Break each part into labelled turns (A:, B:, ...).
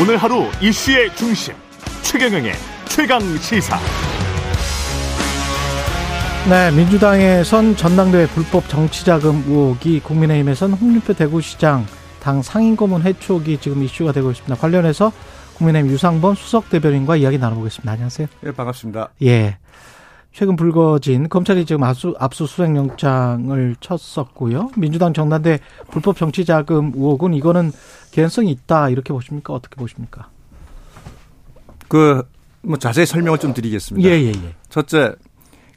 A: 오늘 하루 이슈의 중심 최경영의 최강 시사.
B: 네, 민주당에선 전당대회 불법 정치자금 의혹이 국민의힘에선 홍준표 대구시장 당 상임고문 해촉이 지금 이슈가 되고 있습니다. 관련해서 국민의힘 유상범 수석 대변인과 이야기 나눠보겠습니다. 안녕하세요.
C: 예, 반갑습니다.
B: 예. 최근 불거진 검찰이 지금 압수, 압수수색영장을 쳤었고요. 민주당 정당대 불법 정치자금 의혹은 이거는 개연성이 있다 이렇게 보십니까? 어떻게 보십니까?
C: 그, 뭐 자세히 설명을 좀 드리겠습니다.
B: 예, 예, 예.
C: 첫째,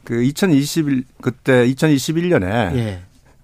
C: 그 2021, 그때 2021년에
B: 예.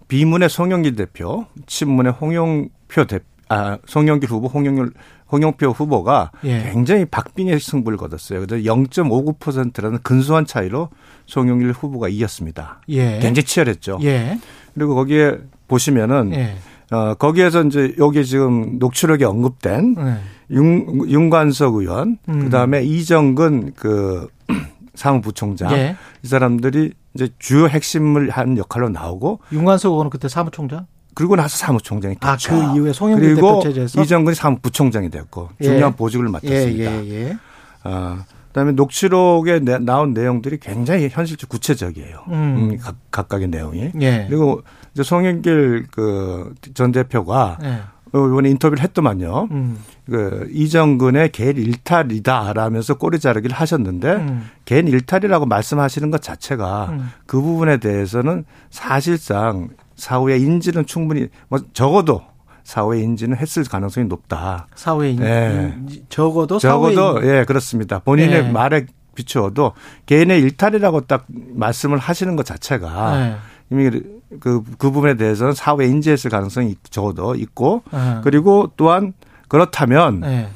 C: 비문의 송영길 대표, 친문의 홍영표 대 아, 송영길 후보, 홍영길, 홍영표 후보가
B: 예.
C: 굉장히 박빙의 승부를 거뒀어요. 그래서 0.59%라는 근소한 차이로 송영길 후보가 이겼습니다.
B: 예.
C: 굉장히 치열했죠.
B: 예.
C: 그리고 거기에 보시면은,
B: 예.
C: 어, 거기에서 이제 여기 지금 녹취록에 언급된
B: 네.
C: 윤, 윤관석 의원,
B: 음.
C: 그다음에 이정근 그 사무부총장
B: 예.
C: 이 사람들이 이제 주요 핵심을 한 역할로 나오고
B: 윤관석 의원은 그때 사무총장?
C: 그리고 나서 사무총장이
B: 아,
C: 됐죠.
B: 그 이후에 송영길 대표
C: 그리고
B: 체제에서?
C: 이정근 사무부총장이 됐고
B: 예.
C: 중요한 보직을 맡았습니다.
B: 예, 예, 예.
C: 어, 그다음에 녹취록에 내- 나온 내용들이 굉장히 현실적 구체적이에요.
B: 음.
C: 음, 각, 각각의 내용이.
B: 예.
C: 그리고 이제 송영길 그 전 대표가
B: 예.
C: 어, 이번에 인터뷰를 했더만요.
B: 음.
C: 그 이정근의 개인 일탈이다 라면서 꼬리 자르기를 하셨는데
B: 음.
C: 개인 일탈이라고 말씀하시는 것 자체가
B: 음.
C: 그 부분에 대해서는 사실상 사후의 인지는 충분히 뭐 적어도 사후의 인지는 했을 가능성이 높다.
B: 사후에 인,
C: 예.
B: 인- 적어도 사후에
C: 적어도
B: 인-
C: 예 그렇습니다. 본인의
B: 예.
C: 말에 비추어도 개인의 일탈이라고 딱 말씀을 하시는 것 자체가
B: 예.
C: 이미 그, 그 부분에 대해서는 사후에 인지했을 가능성이 적어도 있고
B: 예.
C: 그리고 또한 그렇다면
B: 예.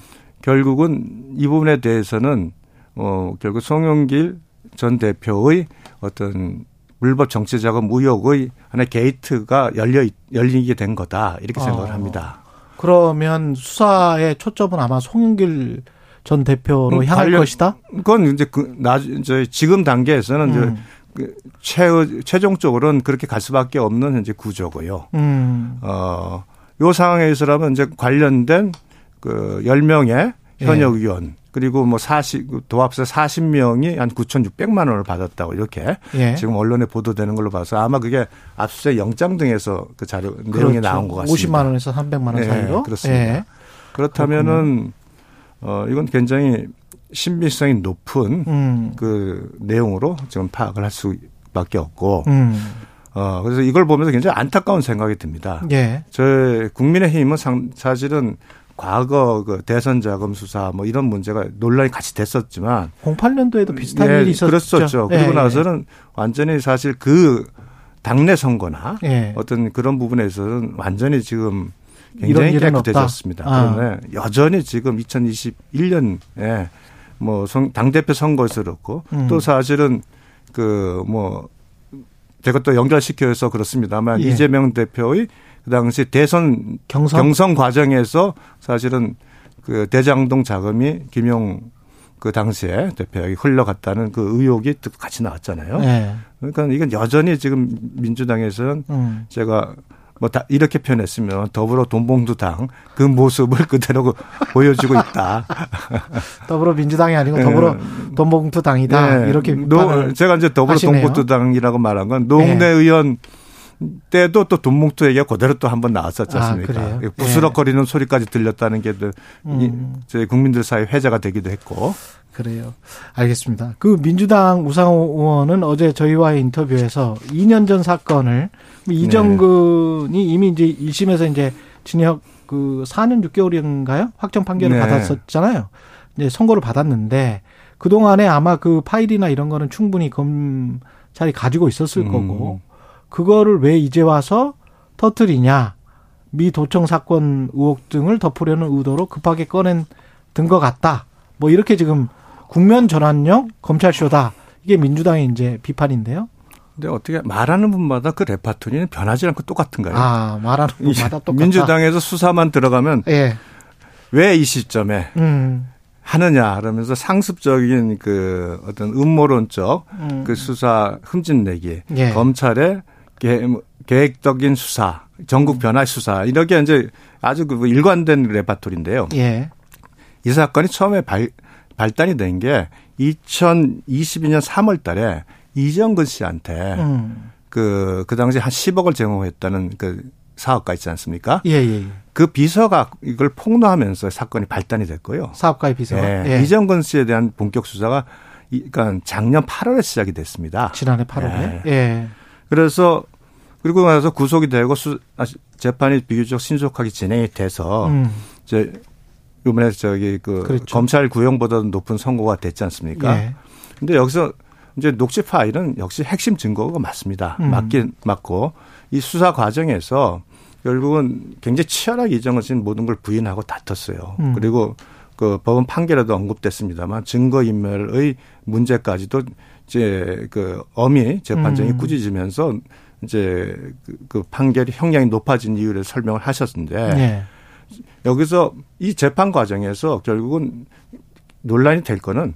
C: 결국은 이 부분에 대해서는 어 결국 송영길 전 대표의 어떤 불법 정치자금 무역의 하나의 게이트가 열려 있- 열리게 된 거다 이렇게 생각을
B: 어.
C: 합니다.
B: 그러면 수사의 초점은 아마 송영길 전 대표로
C: 음,
B: 향할
C: 관련-
B: 것이다.
C: 그건 이제 그나 이제 지금 단계에서는 이제 그 최, 최종적으로는 그렇게 갈 수밖에 없는 이제 구조고요.
B: 음.
C: 어, 요 상황에서라면 이제 관련된 그 10명의
B: 예.
C: 현역 의원 그리고 뭐 40, 도합서 40명이 한 9,600만 원을 받았다고 이렇게
B: 예.
C: 지금 언론에 보도되는 걸로 봐서 아마 그게 압수수색 영장 등에서 그 자료 내용이
B: 그렇죠.
C: 나온 것 같습니다.
B: 50만 원에서 300만 원
C: 네,
B: 사이로.
C: 그렇습니다.
B: 예.
C: 그렇다면은 어, 이건 굉장히 신빙성이 높은
B: 음.
C: 그 내용으로 지금 파악을 할 수밖에 없고
B: 음.
C: 어, 그래서 이걸 보면서 굉장히 안타까운 생각이 듭니다.
B: 예.
C: 저희 국민의힘은 상, 사실은 과거 그 대선 자금 수사 뭐 이런 문제가 논란이 같이 됐었지만
B: 08년도에도 비슷한
C: 예,
B: 일이 있었죠.
C: 그랬었죠.
B: 예,
C: 그리고
B: 예.
C: 나서는 완전히 사실 그 당내 선거나
B: 예.
C: 어떤 그런 부분에서는 완전히 지금
B: 이런
C: 굉장히
B: 일은
C: 깨끗해졌습니다.
B: 없다. 아.
C: 그런데 여전히 지금 2021년에 뭐 성- 당대표 선거에서 그렇고
B: 음.
C: 또 사실은 그 뭐 제가 또 연결시켜서 그렇습니다만
B: 예.
C: 이재명 대표의 그 당시 대선
B: 경선?
C: 과정에서 사실은 그 대장동 자금이 김용 그 당시에 대표에게 흘러갔다는 그 의혹이 또 같이 나왔잖아요.
B: 예.
C: 그러니까 이건 여전히 지금 민주당에서는
B: 음.
C: 제가 뭐 다 이렇게 표현했으면 더불어 돈봉투당 그 모습을 그대로 보여주고 있다.
B: 더불어민주당이 아니고 더불어 돈봉투 아, 당이다.
C: 네.
B: 이렇게
C: 예. 노,
B: 비판을
C: 제가 이제 더불어
B: 하시네요.
C: 동포투당이라고 말한 건 노웅래
B: 네.
C: 의원 때도 또 돈봉투 얘기가 그대로 또 한 번 나왔었지
B: 아,
C: 않습니까?
B: 그래요?
C: 이 부스럭거리는 소리까지 들렸다는 게 또 이~
B: 음.
C: 저희 국민들 사이 회자가 되기도 했고.
B: 그래요. 알겠습니다. 그 민주당 우상호 의원은 어제 저희와의 인터뷰에서 2년 전 사건을 뭐 이정근이 이미 이제 1심에서 이제 징역 그 4년 6개월인가요? 확정 판결을
C: 네.
B: 받았었잖아요. 이제 선고를 받았는데 그동안에 아마 그 파일이나 이런 거는 충분히 검찰이 가지고 있었을
C: 음.
B: 거고 그거를 왜 이제 와서 터뜨리냐. 미 도청 사건 의혹 등을 덮으려는 의도로 급하게 꺼낸 든 것 같다. 뭐 이렇게 지금 국면 전환형 검찰쇼다. 이게 민주당의 이제 비판인데요.
C: 근데 어떻게 말하는 분마다 그 레파토리는 변하지 않고 똑같은가요?
B: 아 말하는 것마다 똑같다.
C: 네. 민주당에서 수사만 들어가면
B: 예.
C: 왜 이 시점에
B: 음.
C: 하느냐 그러면서 상습적인 그 어떤 음모론적
B: 음.
C: 그 수사 흠집내기
B: 예.
C: 검찰의 계- 계획적인 수사
B: 음.
C: 전국 변화 수사 이렇게 이제 아주 그 일관된 레파토리인데요.
B: 예.
C: 이 사건이 처음에 발, 발단이 된 게 2022년 3월 달에 이정근 씨한테
B: 음.
C: 그, 그 당시 한 10억을 제공했다는 그 사업가 있지 않습니까?
B: 예, 예. 예.
C: 그 비서가 이걸 폭로하면서 사건이 발단이 됐고요.
B: 사업가의 비서.
C: 예.
B: 예.
C: 이정근 씨에 대한 본격 수사가 이- 그러니까 작년 8월에 시작이 됐습니다.
B: 지난해
C: 네.
B: 8월에. 예.
C: 그래서 그리고 나서 구속이 되고 수, 아, 재판이 비교적 신속하게 진행이 돼서
B: 음.
C: 이제 이번에 저기 그
B: 그렇죠.
C: 검찰 구형보다도 높은 선고가 됐지 않습니까?
B: 예.
C: 근데 여기서 이제 녹취 파일은 역시 핵심 증거가 맞습니다.
B: 음.
C: 맞긴 맞고 이 수사 과정에서 결국은 굉장히 치열하게 이정은 씨는 모든 걸 부인하고 다퉜어요.
B: 음.
C: 그리고 그 법원 판결에도 언급됐습니다만 증거 인멸의 문제까지도 이제 그 엄히 재판정이
B: 음.
C: 꾸짖으면서 이제 그, 그 판결이 형량이 높아진 이유를 설명을 하셨는데
B: 예.
C: 여기서 이 재판 과정에서 결국은 논란이 될 거는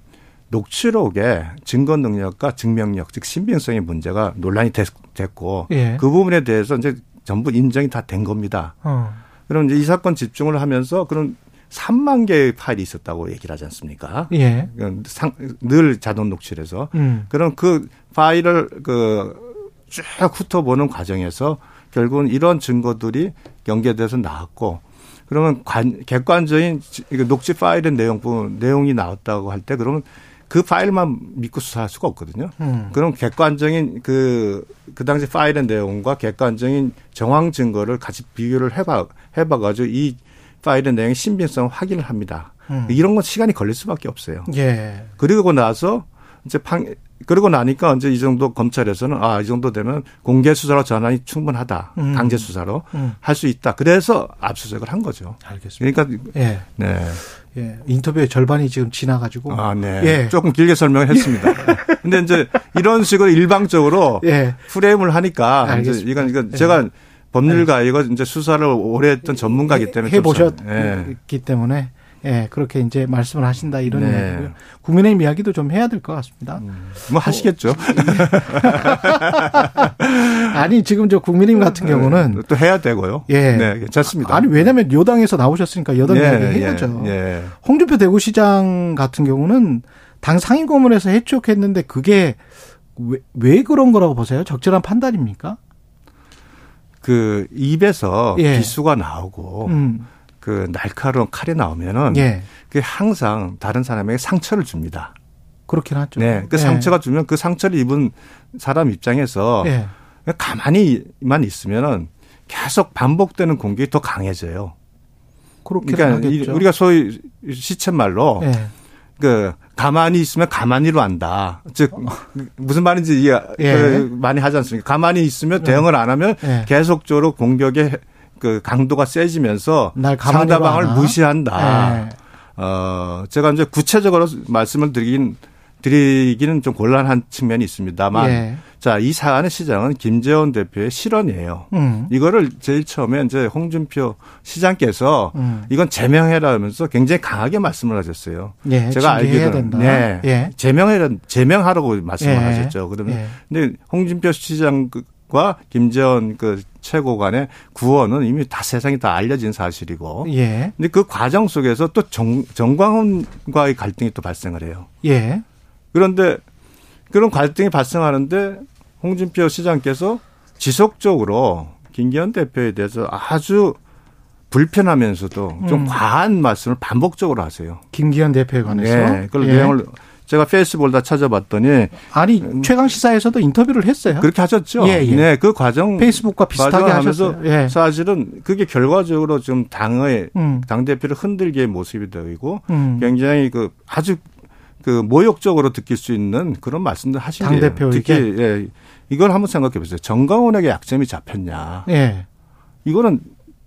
C: 녹취록의 증거 능력과 증명력, 즉 신빙성의 문제가 논란이 됐- 됐고
B: 예.
C: 그 부분에 대해서 이제 전부 인정이 다 된 겁니다.
B: 어.
C: 그럼 이제 이 사건 집중을 하면서 그런 3만 개의 파일이 있었다고 얘기를 하지 않습니까?
B: 예.
C: 그건 상- 늘 자동 녹취를 해서
B: 음.
C: 그럼 그 파일을 그 쭉 훑어보는 과정에서 결국은 이런 증거들이 연계돼서 나왔고 그러면 관- 객관적인 지- 이거 녹취 파일의 내용 부분 내용이 나왔다고 할 때 그러면 그 파일만 믿고 수사할 수가 없거든요.
B: 음.
C: 그럼 객관적인 그, 그 당시 파일의 내용과 객관적인 정황 증거를 같이 비교를 해봐, 해봐가지고 이 파일의 내용의 신빙성을 확인을 합니다.
B: 음.
C: 이런 건 시간이 걸릴 수밖에 없어요.
B: 예.
C: 그리고 나서 이제 판 그러고 나니까 이제 이 정도 검찰에서는 아 이 정도 되면 공개 수사로 전환이 충분하다
B: 음.
C: 강제 수사로
B: 음.
C: 할 수 있다 그래서 압수수색을 한 거죠.
B: 알겠습니다.
C: 그러니까 네.
B: 예. 예. 인터뷰의 절반이 지금 지나가지고.
C: 네아네
B: 예.
C: 조금 길게 설명했습니다. 근데 이제 이런 식으로 일방적으로
B: 예.
C: 프레임을 하니까 이제
B: 알겠습니다. 예.
C: 이건 이건 제가 법률가 이거 이제 수사를 오래 했던 전문가이기 때문에
B: 해
C: 좀 잘- 예.
B: 보셨기 때문에 예, 그렇게 이제 말씀을 하신다 이런
C: 네.
B: 얘기고요. 국민의 이야기도 좀 해야 될 것 같습니다.
C: 예. 뭐 하시겠죠.
B: 아니 지금 저 국민의힘 같은
C: 네,
B: 경우는
C: 또 해야 되고요.
B: 예.
C: 네 괜찮습니다.
B: 아니 왜냐면 여당에서 나오셨으니까 여당
C: 예,
B: 이야기
C: 예,
B: 해야죠.
C: 예.
B: 홍준표 대구시장 같은 경우는 당 상임 고문에서 해촉했는데 그게 왜, 왜 그런 거라고 보세요? 적절한 판단입니까?
C: 그 입에서
B: 예.
C: 비수가 나오고
B: 음.
C: 그 날카로운 칼이 나오면은
B: 예.
C: 그게 항상 다른 사람에게 상처를 줍니다.
B: 그렇긴 하죠.
C: 네. 그
B: 예.
C: 상처가 주면 그 상처를 입은 사람 입장에서
B: 예.
C: 가만히만 있으면은 계속 반복되는 공격이 더 강해져요.
B: 그렇긴
C: 그러니까 이-
B: 하겠죠.
C: 우리가 어, 소위 시쳇말로
B: 예.
C: 그 가만히 있으면 가만히로 한다. 즉 무슨 말인지 이해
B: 어. 예.
C: 그 많이 하지 않습니까? 가만히 있으면 대응을 안 하면
B: 예.
C: 계속적으로 공격의 그 강도가 세지면서
B: 날 가만히로
C: 상대방을
B: 하나?
C: 무시한다.
B: 예.
C: 어 제가 이제 구체적으로 말씀을 드리긴 드리기는 좀 곤란한 측면이 있습니다만
B: 예.
C: 자 이 사안의 시장은 김재원 대표의 실언이에요.
B: 음.
C: 이거를 제일 처음에 이제 홍준표 시장께서
B: 음.
C: 이건 제명해라면서 굉장히 강하게 말씀을 하셨어요.
B: 예,
C: 제가
B: 징계해야
C: 알기로는
B: 된다.
C: 네,
B: 예.
C: 제명해라 제명하라고 말씀을
B: 예.
C: 하셨죠. 그러면
B: 예.
C: 근데 홍준표 시장과 김재원 그 최고간의 구원은 이미 다 세상에 다 알려진 사실이고.
B: 예.
C: 근데 그 과정 속에서 또 정, 정광훈과의 갈등이 또 발생을 해요.
B: 예.
C: 그런데 그런 갈등이 발생하는데 홍준표 시장께서 지속적으로 김기현 대표에 대해서 아주 불편하면서도 좀
B: 음.
C: 과한 말씀을 반복적으로 하세요.
B: 김기현 대표에 관해서.
C: 네, 그걸
B: 예.
C: 내용을 제가 페이스북을 다 찾아봤더니
B: 아니 최강 시사에서도 인터뷰를 했어요.
C: 그렇게 하셨죠.
B: 예, 예.
C: 네, 그 과정
B: 페이스북과 비슷하게
C: 과정을
B: 하셨어요. 예.
C: 사실은 그게 결과적으로 지금 당의
B: 음.
C: 당 대표를 흔들기의 모습이 되고
B: 음.
C: 굉장히 그 아주 그 모욕적으로 느낄 수 있는 그런 말씀들 하신 게
B: 당대표에게?
C: 특히 예, 이걸 한번 생각해 보세요. 정강훈에게 약점이 잡혔냐?
B: 예.
C: 이거는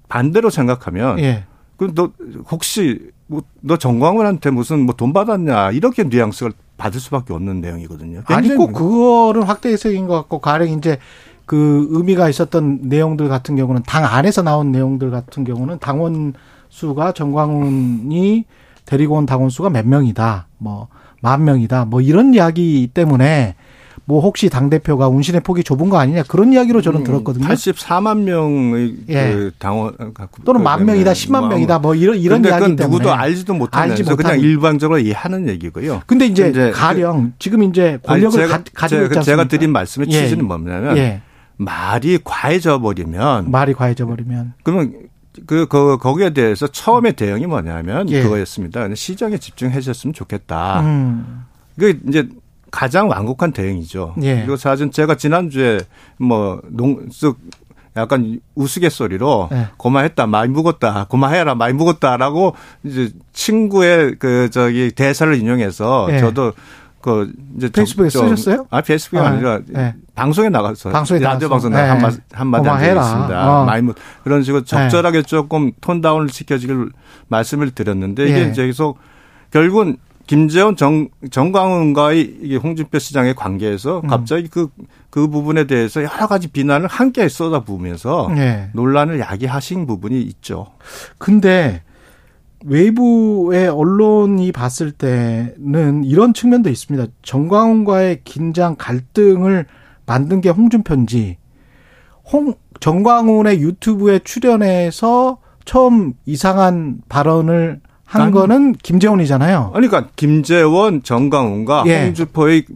C: 반대로 생각하면
B: 예.
C: 그럼 너 혹시 뭐 너 정광훈한테 무슨 뭐 돈 받았냐 이렇게 뉘앙스를 받을 수밖에 없는 내용이거든요.
B: 아니
C: 굉장히
B: 꼭 그거를 확대 해석인 것 같고 가령 이제 그 의미가 있었던 내용들 같은 경우는 당 안에서 나온 내용들 같은 경우는 당원 수가 정광훈이 데리고 온 당원 수가 몇 명이다. 뭐 만 명이다. 뭐 이런 이야기 때문에 뭐 혹시 당 대표가 운신의 폭이 좁은 거 아니냐 그런 이야기로
C: 음,
B: 저는 들었거든요.
C: 84만 명의
B: 예.
C: 그 당원
B: 또는 만 명이다, 10만 명이다 뭐 이런 이런
C: 그 근데
B: 이야기
C: 그건
B: 때문에
C: 누구도 알지도 못하면서
B: 알지
C: 그냥
B: 못하는.
C: 일방적으로 이해하는 얘기고요.
B: 근데 이제
C: 이제 그-
B: 가령 지금 이제 권력을
C: 아니, 제가,
B: 가, 지고
C: 제가,
B: 있지 않습니까?
C: 제가 드린 말씀의
B: 예.
C: 취지는 뭐냐면
B: 예.
C: 말이 과해져 버리면
B: 말이 과해져 버리면
C: 그러면 그, 그 거기에 대해서 처음에 대응이 뭐냐면
B: 예.
C: 그거였습니다. 시정에 집중하셨으면 좋겠다.
B: 음.
C: 그 이제 가장 완곡한 대응이죠.
B: 예.
C: 그리고 사실 제가 지난주에 뭐 농쓱 약간 우스갯소리로
B: 예.
C: 고마했다 많이 묵었다 고마해라 많이 묵었다라고 이제 친구의 그 저기 대사를 인용해서
B: 예.
C: 저도 그 이제 좀-
B: 페이스북에
C: 좀-
B: 쓰셨어요?
C: 아 페이스북이
B: 아,
C: 아, 니라
B: 예.
C: 방송에 나가서
B: 방송에
C: 라디오
B: 나가서.
C: 방송에
B: 예.
C: 한마 한마디 한 적이
B: 고마해라.
C: 있습니다.
B: 어.
C: 많이 묵 그런 식으로 적절하게 조금 톤 다운을 시켜주길 말씀을 드렸는데 이게
B: 예.
C: 이제 계속 결국은 김재원 정, 정광훈과의 이게 홍준표 시장의 관계에서
B: 음.
C: 갑자기 그, 그 부분에 대해서 여러 가지 비난을 함께 쏟아부으면서
B: 예.
C: 논란을 야기하신 부분이 있죠.
B: 근데 외부의 언론이 봤을 때는 이런 측면도 있습니다. 정광훈과의 긴장 갈등을 만든 게 홍준표인지 홍 정광훈의 유튜브에 출연해서 처음 이상한 발언을 한
C: 아니.
B: 거는 김재원이잖아요.
C: 아니, 그러니까 김재원, 정광훈과
B: 예.
C: 홍준표의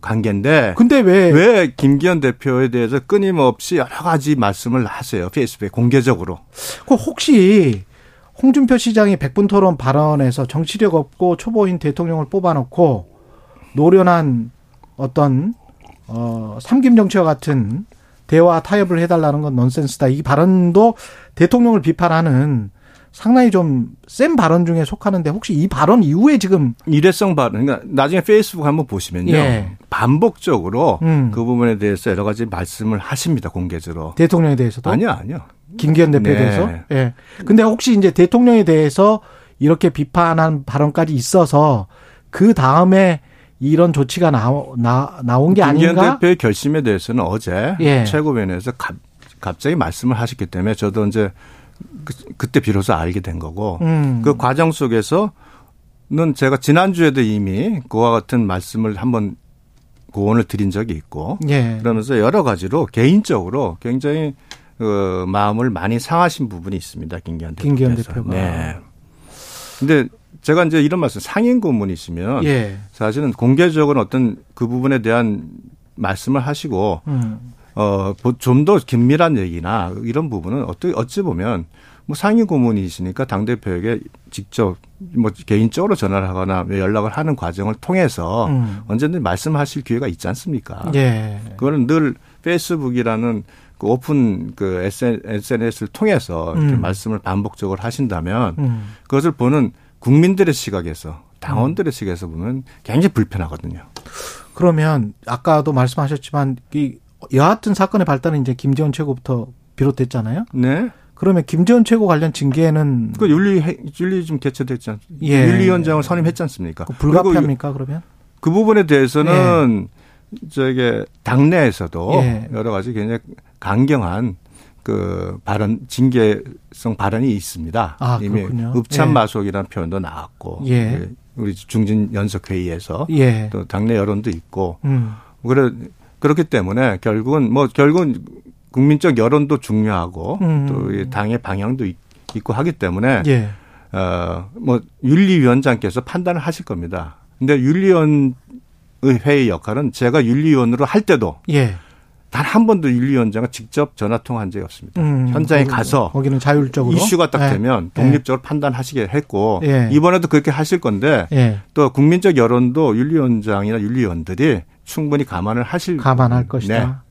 C: 관계인데
B: 근데 네. 왜,
C: 왜 김기현 대표에 대해서 끊임없이 여러 가지 말씀을 하세요. 페이스북에 공개적으로.
B: 그 혹시 홍준표 시장이 백분 토론 발언에서 정치력 없고 초보인 대통령을 뽑아놓고 노련한 어떤 어 삼김 정치와 같은 대화 타협을 해달라는 건 넌센스다. 이 발언도 대통령을 비판하는 상당히 좀 센 발언 중에 속하는데 혹시 이 발언 이후에 지금
C: 일회성 발언. 그러니까 나중에 페이스북 한번 보시면요.
B: 예.
C: 반복적으로
B: 음.
C: 그 부분에 대해서 여러 가지 말씀을 하십니다. 공개적으로.
B: 대통령에 대해서도
C: 아니요, 아니요.
B: 김기현 대표에
C: 네.
B: 대해서 예. 근데 혹시 이제 대통령에 대해서 이렇게 비판한 발언까지 있어서 그 다음에 이런 조치가 나, 나 나온 게
C: 김기현
B: 아닌가?
C: 대표의 결심에 대해서는 어제
B: 예.
C: 최고위원회에서 갑, 갑자기 말씀을 하셨기 때문에 저도 이제 그, 때 비로소 알게 된 거고
B: 음.
C: 그 과정 속에서는 제가 지난주에도 이미 그와 같은 말씀을 한번 고언을 드린 적이 있고
B: 예.
C: 네. 그러면서 여러 가지로 개인적으로 굉장히 어, 마음을 많이 상하신 부분이 있습니다. 김기현 대표.
B: 김기현 대표가.
C: 네. 근데 제가 이제 이런 말씀 상인 고문이시면
B: 예.
C: 사실은 공개적인 어떤 그 부분에 대한 말씀을 하시고
B: 음.
C: 어좀 더 긴밀한 얘기나 이런 부분은 어떻게 어찌 보면 뭐 상임 고문이시니까 당 대표에게 직접 뭐 개인적으로 전화를 하거나 연락을 하는 과정을 통해서
B: 음.
C: 언제든 말씀하실 기회가 있지 않습니까?
B: 예.
C: 그거는 늘 페이스북이라는 그 오픈 그 SNS를 통해서 이렇게
B: 음.
C: 말씀을 반복적으로 하신다면
B: 음.
C: 그것을 보는 국민들의 시각에서 당원들의 시각에서 보면 굉장히 불편하거든요.
B: 그러면 아까도 말씀하셨지만 이 여하튼 사건의 발단은 이제 김재원 최고부터 비롯됐잖아요.
C: 네.
B: 그러면 김재원 최고 관련 징계는
C: 그 윤리 윤리 좀 개최됐지 않습니까?
B: 예.
C: 윤리위원장을 선임했지 않습니까? 그리고
B: 불가피합니까? 그러면?
C: 그 부분에 대해서는 저에게 당내에서도
B: 예.
C: 여러 가지 굉장히 강경한 그 발언 징계성 발언이 있습니다.
B: 아,
C: 이미
B: 그렇군요. 예.
C: 읍참마속이라는 표현도 나왔고
B: 예.
C: 예, 우리 중진 연석 회의에서
B: 예.
C: 또 당내 여론도 있고
B: 음.
C: 그래 그렇기 때문에 결국은 뭐 결국은 국민적 여론도 중요하고
B: 음.
C: 또이 당의 방향도 있- 있고 하기 때문에
B: 예.
C: 어뭐 윤리위원장께서 판단을 하실 겁니다. 근데 윤리위원의 회의 역할은 제가 윤리위원으로 할 때도
B: 예.
C: 단 한 번도 윤리위원장과 직접 전화 통화한 적이 없습니다.
B: 음,
C: 현장에
B: 거기는-
C: 가서
B: 거기는 자율적으로
C: 이슈가 딱
B: 예.
C: 되면
B: 예.
C: 독립적으로 판단하시게 했고
B: 예.
C: 이번에도 그렇게 하실 건데
B: 예.
C: 또 국민적 여론도 윤리위원장이나 윤리위원들이 충분히 감안을 하실
B: 감안할
C: 네.
B: 것이다.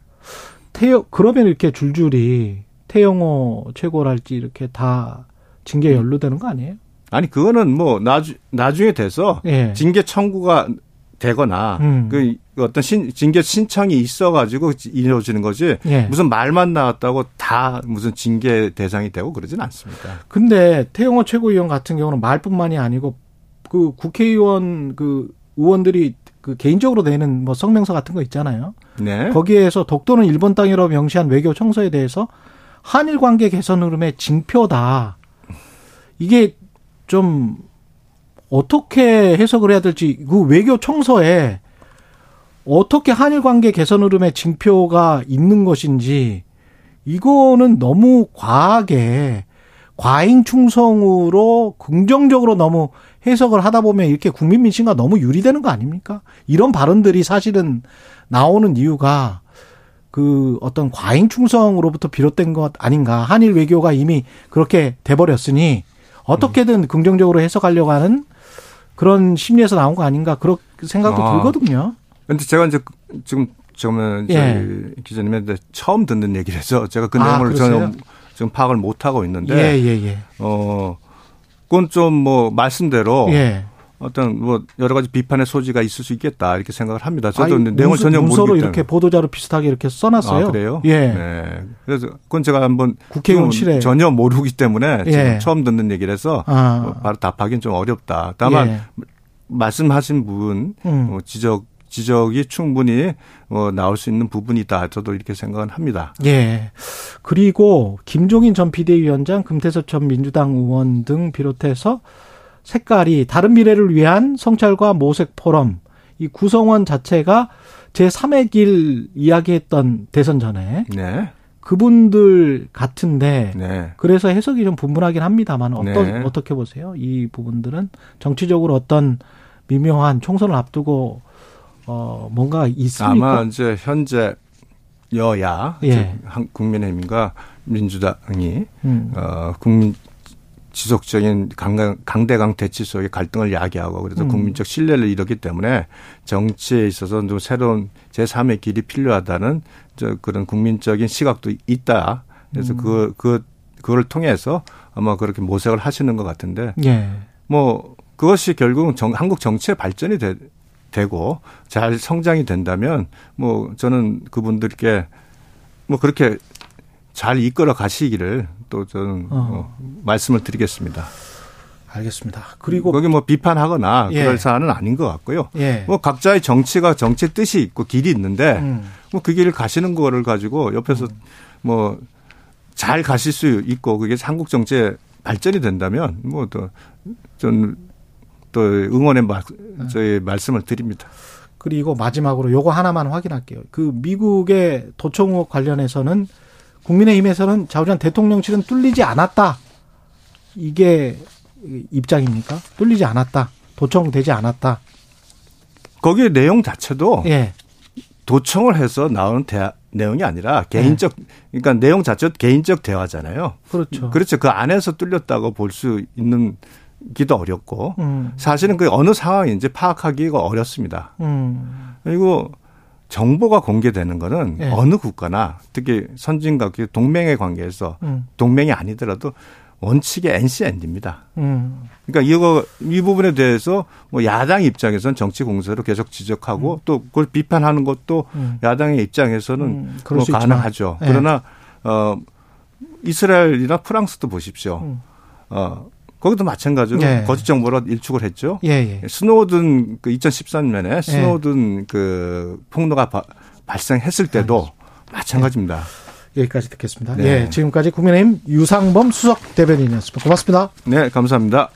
B: 태영 그러면 이렇게 줄줄이 태영호 최고랄지 이렇게 다
C: 음.
B: 징계 에 연루되는 거 아니에요?
C: 아니 그거는 뭐 나주, 나중에 돼서
B: 예.
C: 징계 청구가 되거나
B: 음.
C: 그 어떤 신, 징계 신청이 있어가지고 이루어지는 거지
B: 예.
C: 무슨 말만 나왔다고 다 무슨 징계 대상이 되고 그러진 않습니다.
B: 근데 태영호 최고위원 같은 경우는 말뿐만이 아니고 그 국회의원 그 의원들이 그 개인적으로 내는 뭐 성명서 같은 거 있잖아요.
C: 네.
B: 거기에서 독도는 일본 땅이라고 명시한 외교 청서에 대해서 한일 관계 개선 흐름의 징표다. 이게 좀 어떻게 해석을 해야 될지 그 외교 청서에 어떻게 한일 관계 개선 흐름에 징표가 있는 것인지 이거는 너무 과하게 과잉 충성으로 긍정적으로 너무 해석을 하다 보면 이렇게 국민 민심과 너무 유리되는 거 아닙니까? 이런 발언들이 사실은 나오는 이유가 그 어떤 과잉 충성으로부터 비롯된 것 아닌가. 한일 외교가 이미 그렇게 돼버렸으니 어떻게든 긍정적으로 해석하려고 하는 그런 심리에서 나온 거 아닌가. 그런 생각도
C: 아.
B: 들거든요.
C: 근데 제가 이제 지금 정말 저희
B: 예.
C: 기자님한테 처음 듣는 얘기라서 제가 그
B: 아,
C: 내용을
B: 그러세요?
C: 전혀 지금 파악을 못 하고 있는데
B: 예, 예, 예.
C: 어 그건 좀 뭐 말씀대로
B: 예.
C: 어떤 뭐 여러 가지 비판의 소지가 있을 수 있겠다 이렇게 생각을 합니다. 저도
B: 아니,
C: 근데 내용을
B: 문서-
C: 전혀
B: 문서로
C: 모르기
B: 이렇게
C: 때문에.
B: 보도자료 비슷하게 이렇게 써놨어요.
C: 아, 그래요?
B: 예.
C: 네. 그래서 그건 제가 한번
B: 국회의원실에.
C: 지금 전혀 모르기 때문에 지금
B: 예.
C: 처음 듣는 얘기라서
B: 아.
C: 뭐 바로 답하기는 좀 어렵다. 다만
B: 예.
C: 말씀하신 부분
B: 음.
C: 어, 지적 지적이 충분히 어, 나올 수 있는 부분이다. 저도 이렇게 생각은 합니다.
B: 예. 그리고 김종인 전 비대위원장, 금태섭 전 민주당 의원 등 비롯해서 색깔이 다른 미래를 위한 성찰과 모색 포럼 이 구성원 자체가 제 3의 길 이야기했던 대선 전에
C: 네.
B: 그분들 같은데
C: 네.
B: 그래서 해석이 좀 분분하긴 합니다만 어떤
C: 네.
B: 어떻게 보세요? 이 부분들은 정치적으로 어떤 미묘한 총선을 앞두고 어 뭔가 있습니까?
C: 아마 이제 현재 여야
B: 예.
C: 즉 한- 국민의힘과 민주당이
B: 음.
C: 어, 국민 지속적인 강강, 강대강 대치 속에 갈등을 야기하고 그래서
B: 음.
C: 국민적 신뢰를 잃었기 때문에 정치에 있어서 좀 새로운 제3의 길이 필요하다는 저 그런 국민적인 시각도 있다.
B: 음.
C: 그래서 그, 그, 그걸 통해서 아마 그렇게 모색을 하시는 것 같은데
B: 예.
C: 뭐 그것이 결국은 정- 한국 정치의 발전이 되, 되고 잘 성장이 된다면 뭐 저는 그분들께 뭐 그렇게 잘 이끌어 가시기를 또 저는
B: 어.
C: 어, 말씀을 드리겠습니다.
B: 알겠습니다. 그리고
C: 거기 뭐 비판하거나
B: 예.
C: 그럴 사안은 아닌 것 같고요.
B: 예.
C: 뭐 각자의 정치가 정치 의 뜻이 있고 길이 있는데
B: 음.
C: 뭐 그 길을 가시는 거를 가지고 옆에서 뭐 잘 가실 수 있고 그게 한국 정치의 발전이 된다면 뭐 뭐또전또 응원의 말,
B: 음.
C: 저의 말씀을 드립니다.
B: 그리고 마지막으로 요거 하나만 확인할게요. 그 미국의 도청 의혹 관련해서는 국민의힘에서는 자우전 대통령실은 뚫리지 않았다. 이게 입장입니까? 뚫리지 않았다. 도청되지 않았다.
C: 거기에 내용 자체도
B: 예.
C: 도청을 해서 나오는 대화, 내용이 아니라
B: 네.
C: 개인적 그러니까 내용 자체도 개인적 대화잖아요.
B: 그렇죠.
C: 그렇죠. 그 안에서 뚫렸다고 볼 수 있는 기도 어렵고
B: 음.
C: 사실은 그 어느 상황인지 파악하기가 어렵습니다.
B: 음.
C: 그리고 정보가 공개되는 거는
B: 예.
C: 어느 국가나 특히 선진국 동맹의 관계에서
B: 음.
C: 동맹이 아니더라도 원칙이 NCND입니다.
B: 음.
C: 그러니까 이거 이 부분에 대해서 뭐 야당 입장에선 정치 공세로 계속 지적하고 또 그걸 비판하는 것도
B: 음.
C: 야당의 입장에서는
B: 음, 그럴
C: 뭐
B: 수 있지만.
C: 가능하죠.
B: 예.
C: 그러나 어 이스라엘이나 프랑스도 보십시오.
B: 음.
C: 어 거기도 마찬가지로
B: 예.
C: 거짓 정보로 일축을 했죠.
B: 예, 예.
C: 스노든 그 2013년에 스노든 그 폭로가 바- 발생했을 때도 마찬가지입니다.
B: 여기까지 듣겠습니다.
C: 네.
B: 예. 지금까지 국민의힘 유상범 수석 대변인이었습니다. 고맙습니다.
C: 네, 감사합니다.